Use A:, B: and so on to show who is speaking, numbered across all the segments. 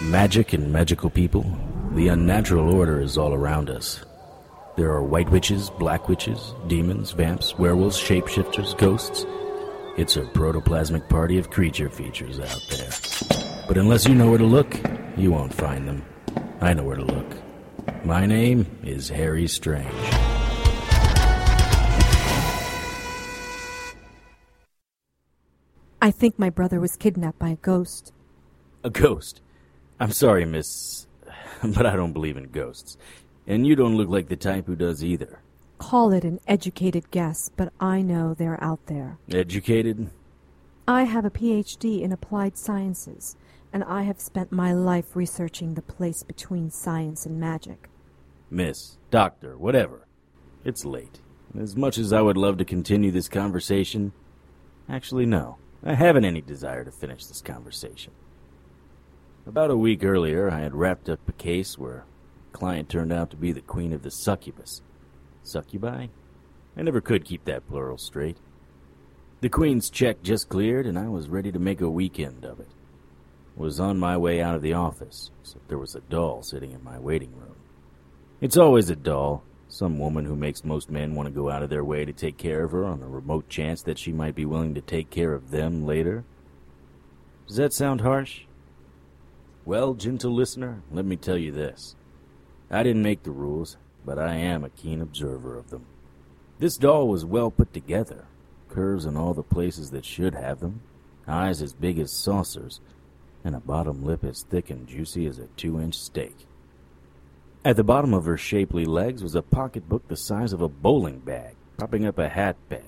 A: Magic and magical people, the unnatural order is all around us. There are white witches, black witches, demons, vamps, werewolves, shapeshifters, ghosts. It's a protoplasmic party of creature features out there. But unless you know where to look, you won't find them. I know where to look. My name is Harry Strange.
B: I think my brother was kidnapped by a ghost.
A: A ghost. I'm sorry, miss, but I don't believe in ghosts. And you don't look like the type who does either.
B: Call it an educated guess, but I know they're out there.
A: Educated?
B: I have a PhD in applied sciences, and I have spent my life researching the place between science and magic.
A: Miss, doctor, whatever. It's late. As much as I would love to continue this conversation, actually, no. I haven't any desire to finish this conversation. About a week earlier, I had wrapped up a case where a client turned out to be the queen of the succubus. Succubi? I never could keep that plural straight. The queen's check just cleared, and I was ready to make a weekend of it. Was on my way out of the office, except there was a doll sitting in my waiting room. It's always a doll, some woman who makes most men want to go out of their way to take care of her on the remote chance that she might be willing to take care of them later. Does that sound harsh? Well, gentle listener, let me tell you this. I didn't make the rules, but I am a keen observer of them. This doll was well put together, curves in all the places that should have them, eyes as big as saucers, and a bottom lip as thick and juicy as a two inch steak. At the bottom of her shapely legs was a pocketbook the size of a bowling bag, propping up a hat bag.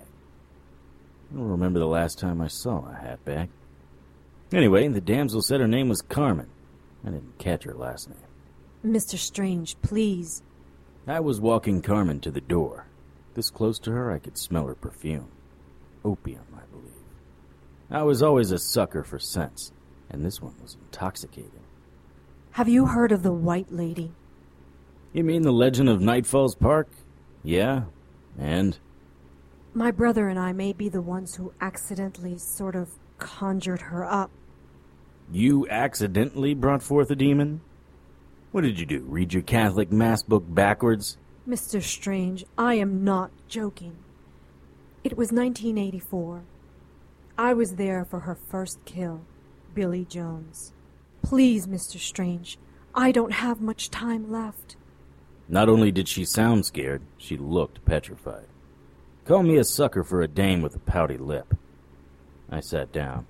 A: I don't remember the last time I saw a hat bag. Anyway, the damsel said her name was Carmen. I didn't catch her last name.
B: Mr. Strange, please.
A: I was walking Carmen to the door. This close to her, I could smell her perfume. Opium, I believe. I was always a sucker for scents, and this one was intoxicating.
B: Have you heard of the White Lady?
A: You mean the legend of Night Falls Park? Yeah. And?
B: My brother and I may be the ones who accidentally sort of conjured her up.
A: You accidentally brought forth a demon? What did you do? Read your Catholic Mass book backwards?
B: Mr. Strange, I am not joking. It was 1984. I was there for her first kill, Billy Jones. Please, Mr. Strange, I don't have much time left.
A: Not only did she sound scared, she looked petrified. Call me a sucker for a dame with a pouty lip. I sat down.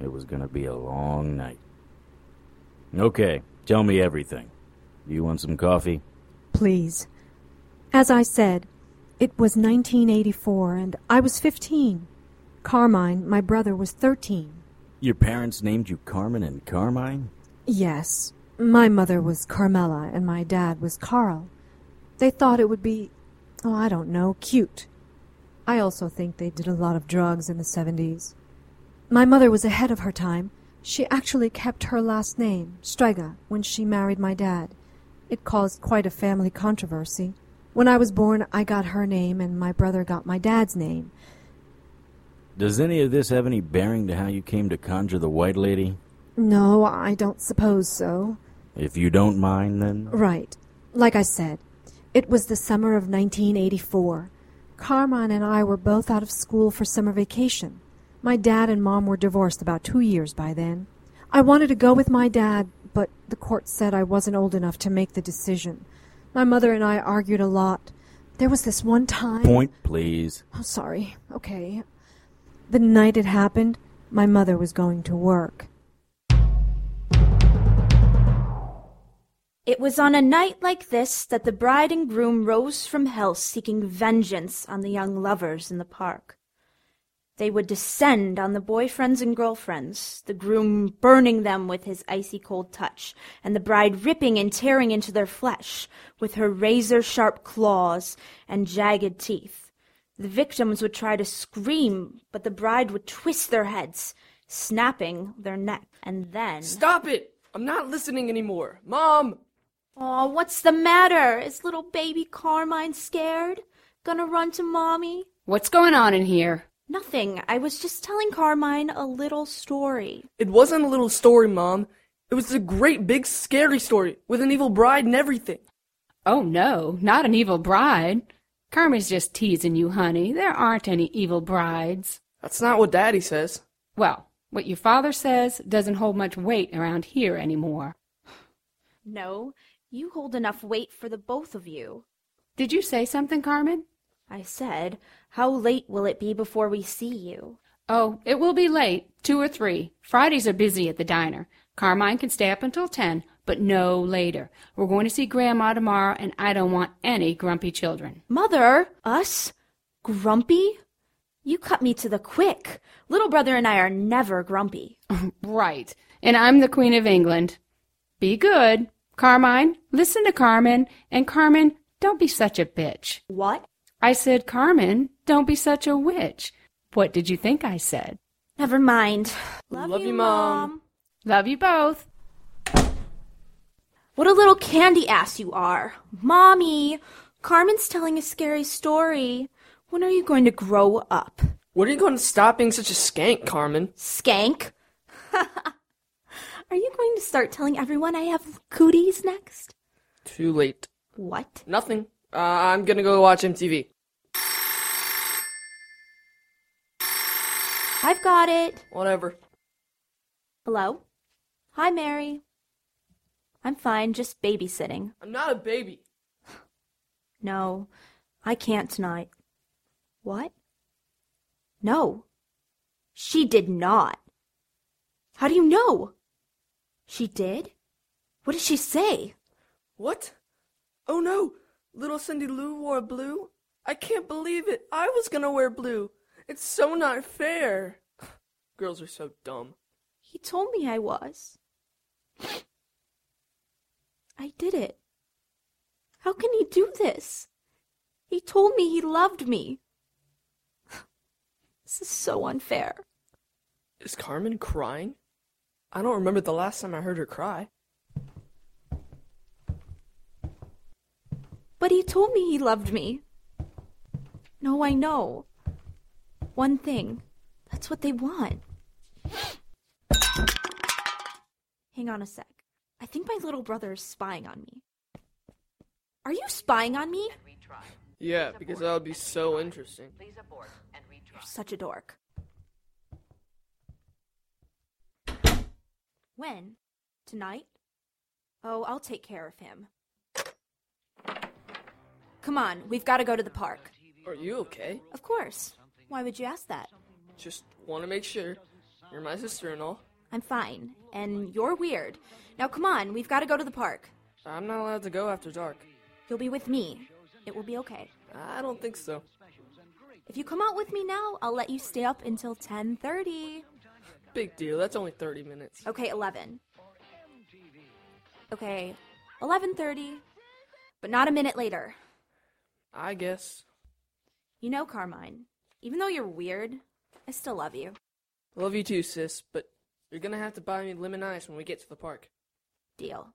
A: It was going to be a long night. Okay, tell me everything. You want some coffee?
B: Please. As I said, it was 1984 and I was 15. Carmine, my brother, was 13.
A: Your parents named you Carmen and Carmine?
B: Yes, my mother was Carmela and my dad was Carl. They thought it would be, oh, I don't know, cute. I also think they did a lot of drugs in the 70s. My mother was ahead of her time. She actually kept her last name, Strega, when she married my dad. It caused quite a family controversy. When I was born, I got her name and my brother got my dad's name.
A: Does any of this have any bearing to how you came to conjure the White Lady?
B: No, I don't suppose so.
A: If you don't mind, then.
B: Right. Like I said, it was the summer of 1984. Carmine and I were both out of school for summer vacation. My dad and mom were divorced about two years by then. I wanted to go with my dad, but the court said I wasn't old enough to make the decision. My mother and I argued a lot. There was this one time.
A: Point, please.
B: Oh, sorry. Okay. The night it happened, my mother was going to work.
C: It was on a night like this that the bride and groom rose from hell seeking vengeance on the young lovers in the park. They would descend on the boyfriends and girlfriends, the groom burning them with his icy cold touch, and the bride ripping and tearing into their flesh with her razor sharp claws and jagged teeth. The victims would try to scream, but the bride would twist their heads, snapping their neck, and then.
D: Stop it! I'm not listening anymore. Mom!
C: Aw, what's the matter? Is little baby Carmine scared? Gonna run to mommy?
E: What's going on in here?
C: Nothing. I was just telling Carmine a little story.
D: It wasn't a little story, Mom. It was a great big scary story with an evil bride and everything.
E: Oh, no, not an evil bride. Kermit's just teasing you, honey. There aren't any evil brides.
D: That's not what Daddy says.
E: Well, what your father says doesn't hold much weight around here anymore.
C: No, you hold enough weight for the both of you.
E: Did you say something, Carmen?
C: I said, How late will it be before we see you?
E: Oh, it will be late, two or three. Fridays are busy at the diner. Carmine can stay up until ten, but no later. We're going to see Grandma tomorrow, and I don't want any grumpy children.
C: Mother, us? Grumpy? You cut me to the quick. Little brother and I are never grumpy.
E: Right. And I'm the Queen of England. Be good. Carmine, listen to Carmen. And Carmen, don't be such a bitch.
C: What?
E: I said, Carmen, don't be such a witch. What did you think I said?
C: Never mind.
D: Love you, Mom.
E: Love you both.
C: What a little candy ass you are. Mommy, Carmen's telling a scary story. When are you going to grow up?
D: When are you going to stop being such a skank, Carmen?
C: Skank? are you going to start telling everyone I have cooties next?
D: Too late.
C: What?
D: Nothing. Uh, I'm gonna go watch MTV.
C: I've got it.
D: Whatever.
C: Hello? Hi, Mary. I'm fine, just babysitting.
D: I'm not a baby.
C: No, I can't tonight. What? No. She did not. How do you know? She did? What did she say?
D: What? Oh no! Little Cindy Lou wore blue? I can't believe it! I was gonna wear blue! It's so not fair! Girls are so dumb.
C: He told me I was. I did it. How can he do this? He told me he loved me. This is so unfair.
D: Is Carmen crying? I don't remember the last time I heard her cry.
C: But he told me he loved me. No, I know. One thing. That's what they want. Hang on a sec. I think my little brother is spying on me. Are you spying on me?
D: Yeah, because that would be so interesting.
C: You're such a dork. When? Tonight? Oh, I'll take care of him. Come on, we've got to go to the park.
D: Are you okay?
C: Of course. Why would you ask that?
D: Just wanna make sure. You're my sister and all.
C: I'm fine, and you're weird. Now come on, we've got to go to the park.
D: I'm not allowed to go after dark.
C: You'll be with me. It will be okay.
D: I don't think so.
C: If you come out with me now, I'll let you stay up until 10:30.
D: Big deal, that's only 30 minutes.
C: Okay, 11. Okay, 11:30, but not a minute later.
D: I guess.
C: You know, Carmine, even though you're weird, I still love you.
D: Love you too, sis, but you're gonna have to buy me lemon ice when we get to the park.
C: Deal.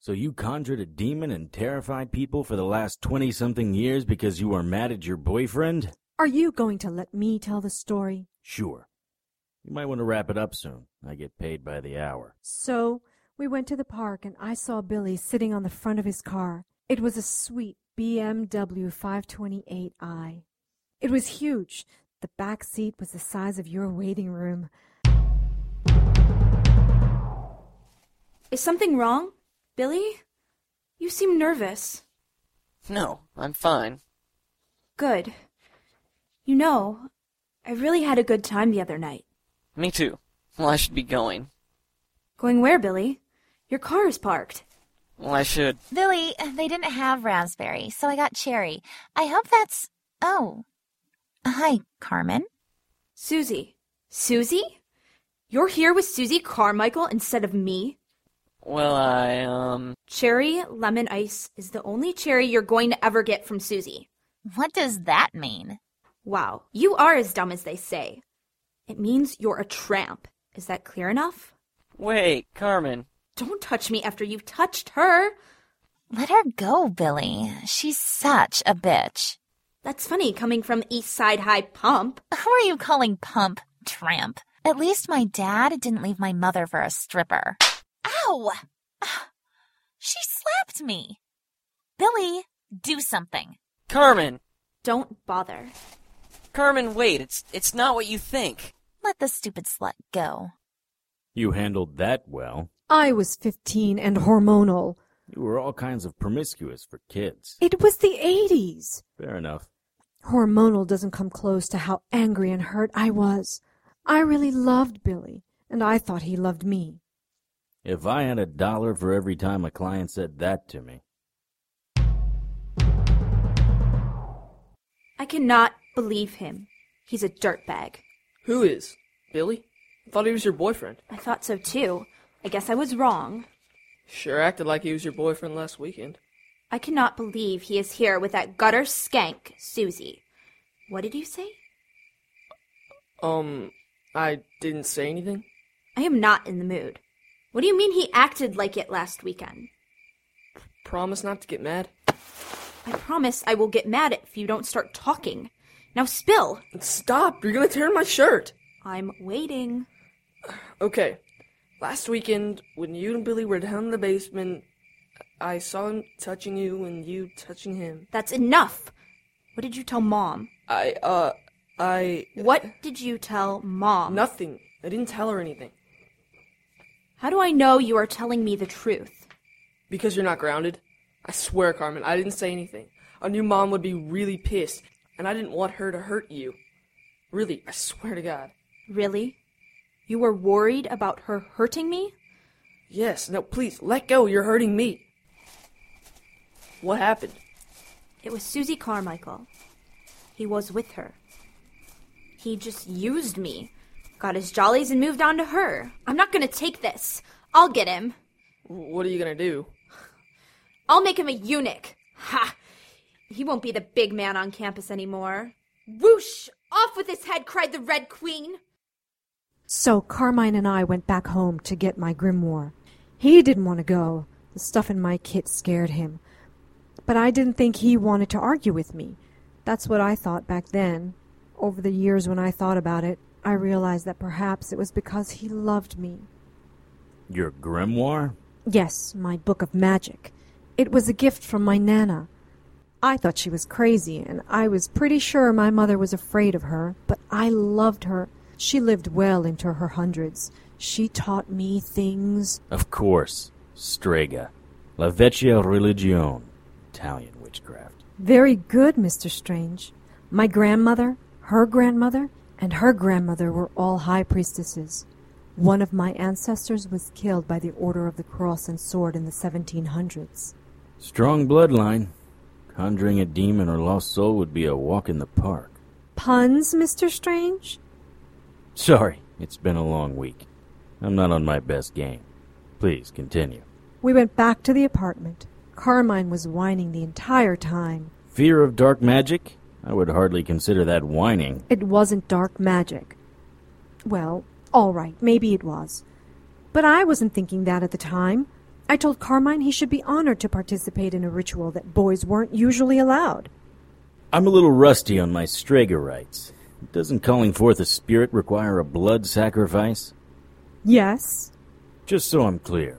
A: So you conjured a demon and terrified people for the last 20 something years because you were mad at your boyfriend?
B: Are you going to let me tell the story?
A: Sure. You might want to wrap it up soon. I get paid by the hour.
B: So we went to the park and I saw Billy sitting on the front of his car. It was a sweet BMW 528i. It was huge. The back seat was the size of your waiting room.
C: Is something wrong? Billy? You seem nervous.
F: No, I'm fine.
C: Good. You know, I really had a good time the other night.
F: Me too. Well, I should be going.
C: Going where, Billy? Your car is parked.
F: Well, I should.
G: Billy, they didn't have raspberry, so I got cherry. I hope that's. Oh. Hi, Carmen.
C: Susie. Susie? You're here with Susie Carmichael instead of me?
F: Well, I, um.
C: Cherry lemon ice is the only cherry you're going to ever get from Susie.
G: What does that mean?
C: Wow, you are as dumb as they say. It means you're a tramp. Is that clear enough?
F: Wait, Carmen.
C: Don't touch me after you've touched her.
G: Let her go, Billy. She's such a bitch.
C: That's funny coming from East Side High Pump.
G: Who are you calling pump tramp? At least my dad didn't leave my mother for a stripper. No! She slapped me. Billy, do something.
F: Carmen!
C: Don't bother.
F: Carmen, wait, it's it's not what you think.
G: Let the stupid slut go.
A: You handled that well.
B: I was 15 and hormonal.
A: You were all kinds of promiscuous for kids.
B: It was the 80s.
A: Fair enough.
B: Hormonal doesn't come close to how angry and hurt I was. I really loved Billy, and I thought he loved me.
A: If I had a dollar for every time a client said that to me,
C: I cannot believe him. He's a dirtbag.
D: Who is? Billy? I thought he was your boyfriend.
C: I thought so too. I guess I was wrong.
D: Sure acted like he was your boyfriend last weekend.
C: I cannot believe he is here with that gutter skank, Susie. What did you say?
D: Um, I didn't say anything.
C: I am not in the mood. What do you mean he acted like it last weekend?
D: Promise not to get mad.
C: I promise I will get mad if you don't start talking. Now spill!
D: Stop! You're gonna tear my shirt!
C: I'm waiting.
D: Okay. Last weekend, when you and Billy were down in the basement, I saw him touching you and you touching him.
C: That's enough! What did you tell Mom?
D: I, uh, I.
C: What did you tell Mom?
D: Nothing. I didn't tell her anything.
C: How do I know you are telling me the truth?
D: Because you're not grounded? I swear, Carmen, I didn't say anything. I knew Mom would be really pissed, and I didn't want her to hurt you. Really, I swear to God.
C: Really? You were worried about her hurting me?
D: Yes, no, please, let go, you're hurting me. What happened?
C: It was Susie Carmichael. He was with her. He just used me, got his jollies, and moved on to her. I'm not gonna take this. I'll get him.
D: What are you gonna do?
C: I'll make him a eunuch. Ha! He won't be the big man on campus anymore. Whoosh! Off with his head, cried the Red Queen.
B: So Carmine and I went back home to get my grimoire. He didn't want to go. The stuff in my kit scared him. But I didn't think he wanted to argue with me. That's what I thought back then. Over the years, when I thought about it, I realized that perhaps it was because he loved me.
A: your grimoire?
B: Yes, my book of magic. It was a gift from my Nana. I thought she was crazy, and I was pretty sure my mother was afraid of her, but I loved her. She lived well into her hundreds. She taught me things.
A: Of course. Strega. La vecchia religione. Italian witchcraft.
B: Very good, Mr. Strange. My grandmother, her grandmother, and her grandmother were all high priestesses. One of my ancestors was killed by the Order of the Cross and Sword in the 1700s.
A: Strong bloodline. Conjuring a demon or lost soul would be a walk in the park.
B: Puns, Mr. Strange?
A: Sorry, it's been a long week. I'm not on my best game. Please continue.
B: We went back to the apartment. Carmine was whining the entire time.
A: Fear of dark magic? I would hardly consider that whining.
B: It wasn't dark magic. Well, all right, maybe it was. But I wasn't thinking that at the time. I told Carmine he should be honored to participate in a ritual that boys weren't usually allowed.
A: I'm a little rusty on my Strega rites. Doesn't calling forth a spirit require a blood sacrifice?
B: Yes,
A: Just so I'm clear,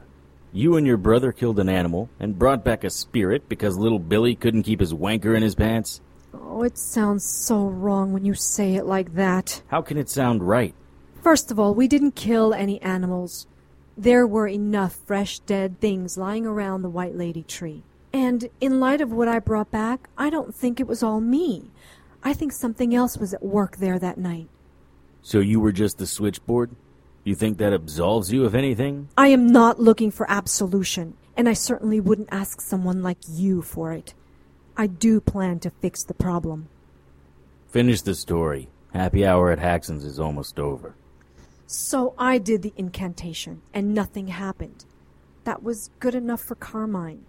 A: you and your brother killed an animal and brought back a spirit because little Billy couldn't keep his wanker in his pants?
B: Oh, it sounds so wrong when you say it like that.
A: How can it sound right?
B: First of all, we didn't kill any animals. There were enough fresh dead things lying around the White Lady tree. And in light of what I brought back, I don't think it was all me. I think something else was at work there that night.
A: So you were just the switchboard? You think that absolves you of anything?
B: I am not looking for absolution, and I certainly wouldn't ask someone like you for it. I do plan to fix the problem.
A: Finish the story. Happy hour at Haxon's is almost over.
B: So I did the incantation, and nothing happened. That was good enough for Carmine.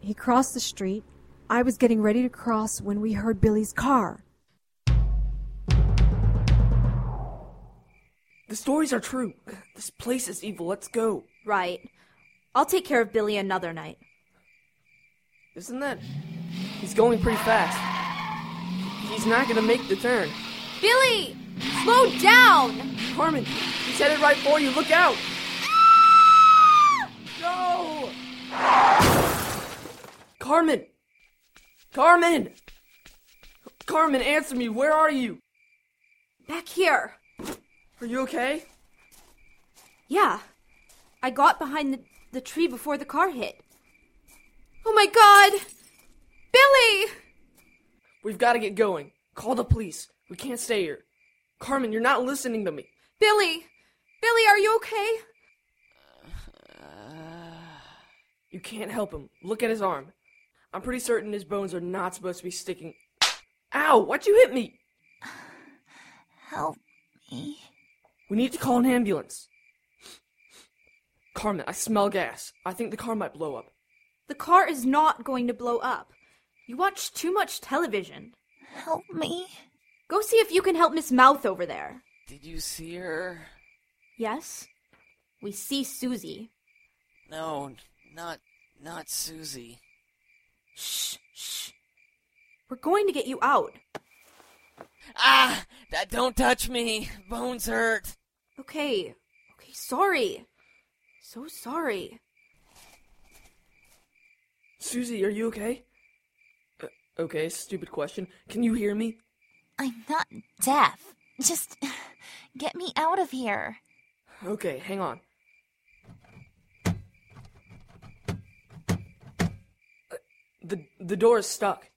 B: He crossed the street. I was getting ready to cross when we heard Billy's car.
D: The stories are true. This place is evil. Let's go.
C: Right. I'll take care of Billy another night.
D: Isn't that? He's going pretty fast. He's not gonna make the turn.
C: Billy! Slow down!
D: Carmen, he's headed right for you. Look out! Carmen! Carmen! Carmen, answer me. Where are you?
C: Back here.
D: Are you okay?
C: Yeah. I got behind the, the tree before the car hit. Oh my god! Billy!
D: We've got to get going. Call the police. We can't stay here. Carmen, you're not listening to me.
C: Billy! Billy, are you okay?
D: You can't help him. Look at his arm. I'm pretty certain his bones are not supposed to be sticking. Ow! Why'd you hit me?
G: Help me.
D: We need to call an ambulance. Carmen, I smell gas. I think the car might blow up.
C: The car is not going to blow up. You watch too much television.
G: Help me.
C: Go see if you can help Miss Mouth over there.
F: Did you see her?
C: Yes? We see Susie.
F: No, n- not not Susie.
C: Shh, shh. We're going to get you out.
F: Ah! That don't touch me. Bones hurt.
C: Okay. Okay, sorry. So sorry.
D: Susie, are you okay? Uh, okay, stupid question. Can you hear me?
G: I'm not deaf. Just get me out of here.
D: Okay, hang on. Uh, The, the door is stuck.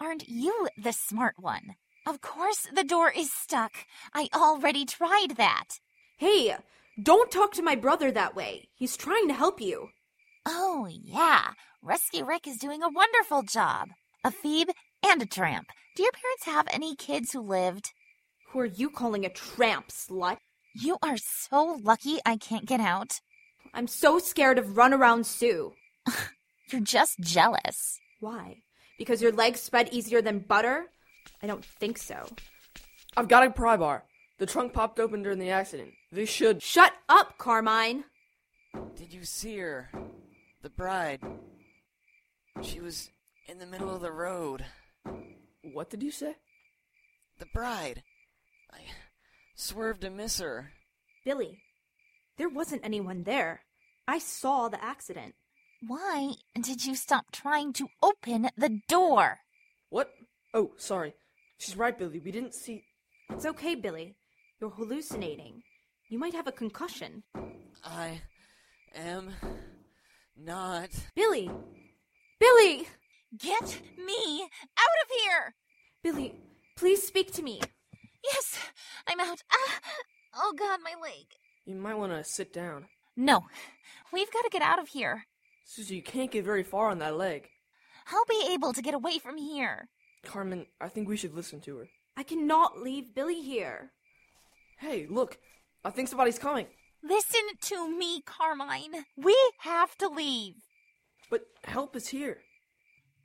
G: Aren't you the smart one? Of course the door is stuck. I already tried that.
C: Hey, don't talk to my brother that way. He's trying to help you.
G: Oh, yeah. Rescue Rick is doing a wonderful job. A Phoebe and a tramp. Do your parents have any kids who lived?
C: Who are you calling a tramp, slut?
G: You are so lucky I can't get out.
C: I'm so scared of runaround Sue.
G: You're just jealous.
C: Why? Because your legs spread easier than butter? I don't think so.
D: I've got a pry bar. The trunk popped open during the accident. They should.
C: Shut up, Carmine!
F: Did you see her? The bride. She was in the middle of the road.
D: What did you say?
F: The bride. I swerved to miss her.
C: Billy, there wasn't anyone there. I saw the accident.
G: Why did you stop trying to open the door?
D: What? Oh, sorry. She's right, Billy. We didn't see.
C: It's okay, Billy. You're hallucinating. You might have a concussion.
F: I am not.
C: Billy! Billy!
G: Get me out of here!
C: Billy, please speak to me.
G: Yes, I'm out. Ah, oh god, my leg.
D: You might want to sit down.
G: No, we've got to get out of here.
D: Susie, you can't get very far on that leg.
G: I'll be able to get away from here.
D: Carmen, I think we should listen to her.
C: I cannot leave Billy here.
D: Hey, look. I think somebody's coming.
G: Listen to me, Carmine. We have to leave.
D: But help is here.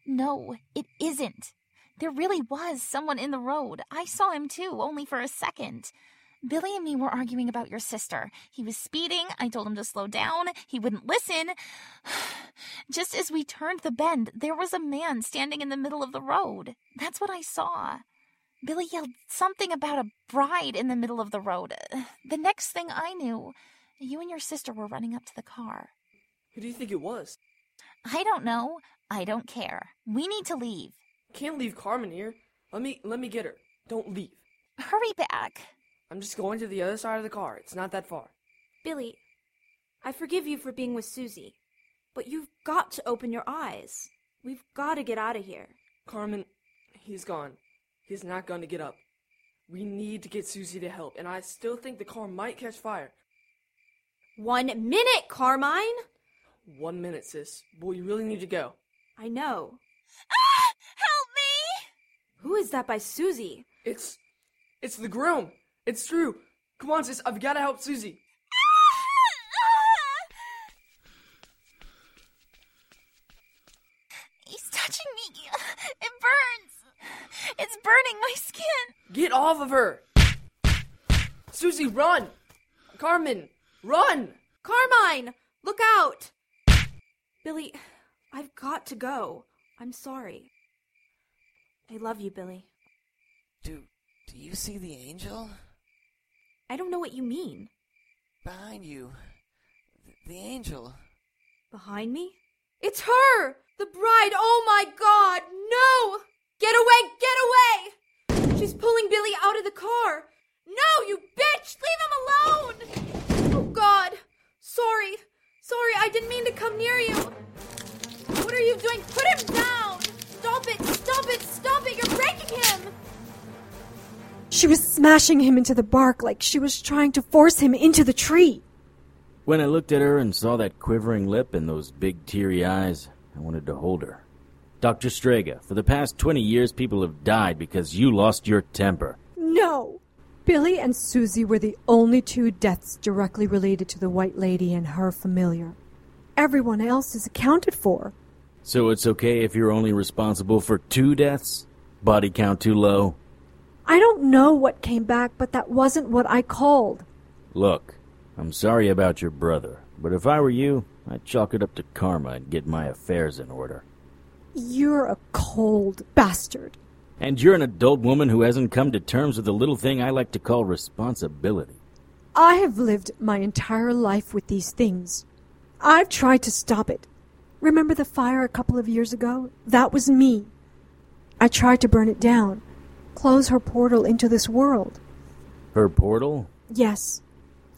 G: No, it isn't. There really was someone in the road. I saw him too, only for a second. Billy and me were arguing about your sister. He was speeding. I told him to slow down. He wouldn't listen. Just as we turned the bend, there was a man standing in the middle of the road. That's what I saw. Billy yelled something about a bride in the middle of the road. The next thing I knew, you and your sister were running up to the car.
D: Who do you think it was?
G: I don't know. I don't care. We need to leave.
D: Can't leave Carmen here. Let me let me get her. Don't leave.
G: Hurry back.
D: I'm just going to the other side of the car. It's not that far.
C: Billy, I forgive you for being with Susie, but you've got to open your eyes. We've got to get out of here.
D: Carmen, he's gone. He's not going to get up. We need to get Susie to help, and I still think the car might catch fire.
C: One minute, Carmine!
D: One minute, sis. Boy, you really need to go.
C: I know.
G: Ah! Help me!
C: Who is that by Susie?
D: It's it's the groom. It's true. Come on, sis. I've got to help Susie.
G: He's touching me. It burns. It's burning my skin.
D: Get off of her. Susie, run. Carmen, run.
C: Carmine! Look out! Billy, I've got to go. I'm sorry. I love you, Billy.
F: Do do you see the angel
C: I don't know what you mean.
F: behind you? Th- The angel.
C: Behind me? It's her! The bride! Oh my god! No! Get away! Get away! She's pulling Billy out of the car! No, you bitch! Leave him alone! Oh god! Sorry! Sorry, I didn't mean to come near you! What are you doing? Put him down! Stop it! Stop it! Stop it! You're breaking him!
B: She was smashing him into the bark like she was trying to force him into the tree.
A: When I looked at her and saw that quivering lip and those big teary eyes, I wanted to hold her. Dr. Strega, for the past 20 years, people have died because you lost your temper.
B: No! Billy and Susie were the only two deaths directly related to the White Lady and her familiar. Everyone else is accounted for.
A: So it's okay if you're only responsible for two deaths? Body count too low?
B: I don't know what came back, but that wasn't what I called.
A: Look, I'm sorry about your brother, but if I were you, I'd chalk it up to karma and get my affairs in order.
B: You're a cold bastard.
A: And you're an adult woman who hasn't come to terms with the little thing I like to call responsibility.
B: I have lived my entire life with these things. I've tried to stop it. Remember the fire a couple of years ago? That was me. I tried to burn it down, close her portal into this world.
A: Her portal?
B: Yes,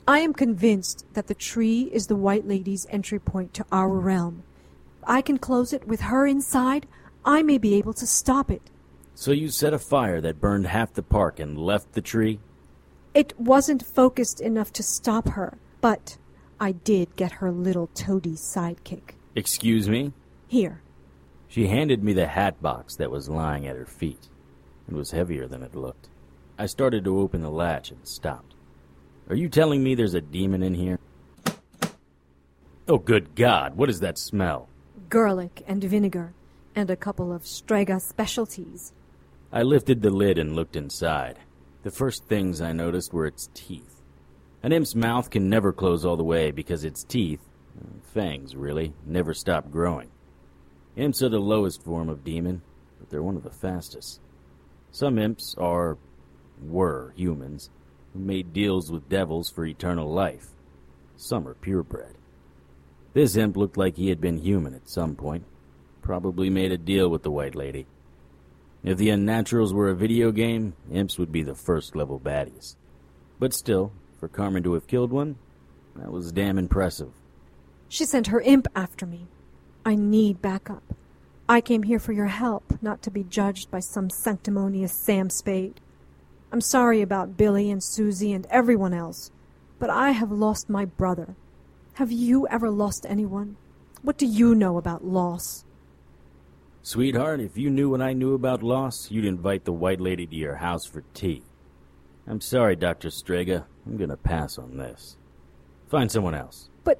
B: I am convinced that the tree is the White Lady's entry point to our realm. If I can close it with her inside, I may be able to stop it.
A: So you set a fire that burned half the park and left the tree?
B: It wasn't focused enough to stop her, but I did get her little toady sidekick.
A: Excuse me?
B: Here.
A: She handed me the hat box that was lying at her feet. It was heavier than it looked. I started to open the latch and stopped. Are you telling me there's a demon in here? Oh, good God, what is that smell?
B: Garlic and vinegar, and a couple of Strega specialties.
A: I lifted the lid and looked inside. The first things I noticed were its teeth. An imp's mouth can never close all the way because its teeth, fangs really, never stop growing. Imps are the lowest form of demon, but they're one of the fastest. Some imps are, were humans, who made deals with devils for eternal life. Some are purebred. This imp looked like he had been human at some point, probably made a deal with the White Lady. If the Unnaturals were a video game, imps would be the first level baddies. But still, for Carmen to have killed one, that was damn impressive.
B: She sent her imp after me. I need backup. I came here for your help, not to be judged by some sanctimonious Sam Spade. I'm sorry about Billy and Susie and everyone else, but I have lost my brother. Have you ever lost anyone? What do you know about loss?
A: Sweetheart, if you knew what I knew about loss, you'd invite the White Lady to your house for tea. I'm sorry, Dr. Strega. I'm going to pass on this. Find someone else.
B: But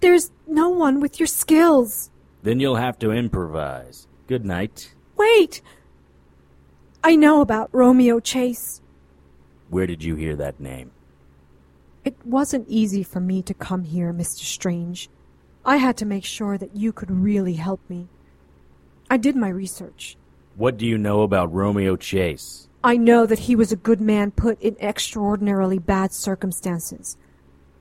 B: there's no one with your skills.
A: Then you'll have to improvise. Good night.
B: Wait! I know about Romeo Chase.
A: Where did you hear that name?
B: It wasn't easy for me to come here, Mr. Strange. I had to make sure that you could really help me. I did my research.
A: What do you know about Romeo Chase?
B: I know that he was a good man put in extraordinarily bad circumstances.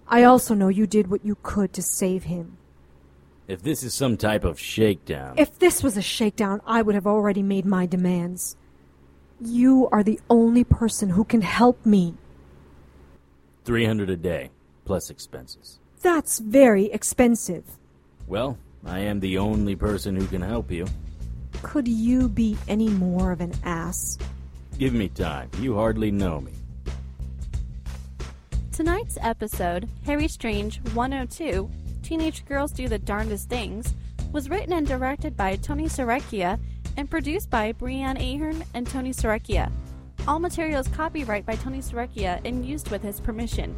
B: I also know you did what you could to save him.
A: If this is some type of shakedown,
B: If this was a shakedown, I would have already made my demands. You are the only person who can help me.
A: 300 a day, plus expenses.
B: That's very expensive.
A: Well, I am the only person who can help you.
B: Could you be any more of an ass?
A: Give me time. You hardly know me.
H: Tonight's episode, Harry Strange 102 Teenage Girls Do the Darndest Things, was written and directed by Tony Serecchia and produced by Brianne Ahern and Tony Serecchia. All materials copyright by Tony Serecchia and used with his permission.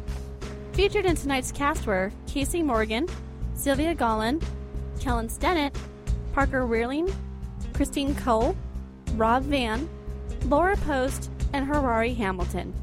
H: Featured in tonight's cast were Casey Morgan, Sylvia Gollin, Kellen Stennett, Parker Weirling, Christine Cole, Rob Van, Laura Post, and Harari Hamilton.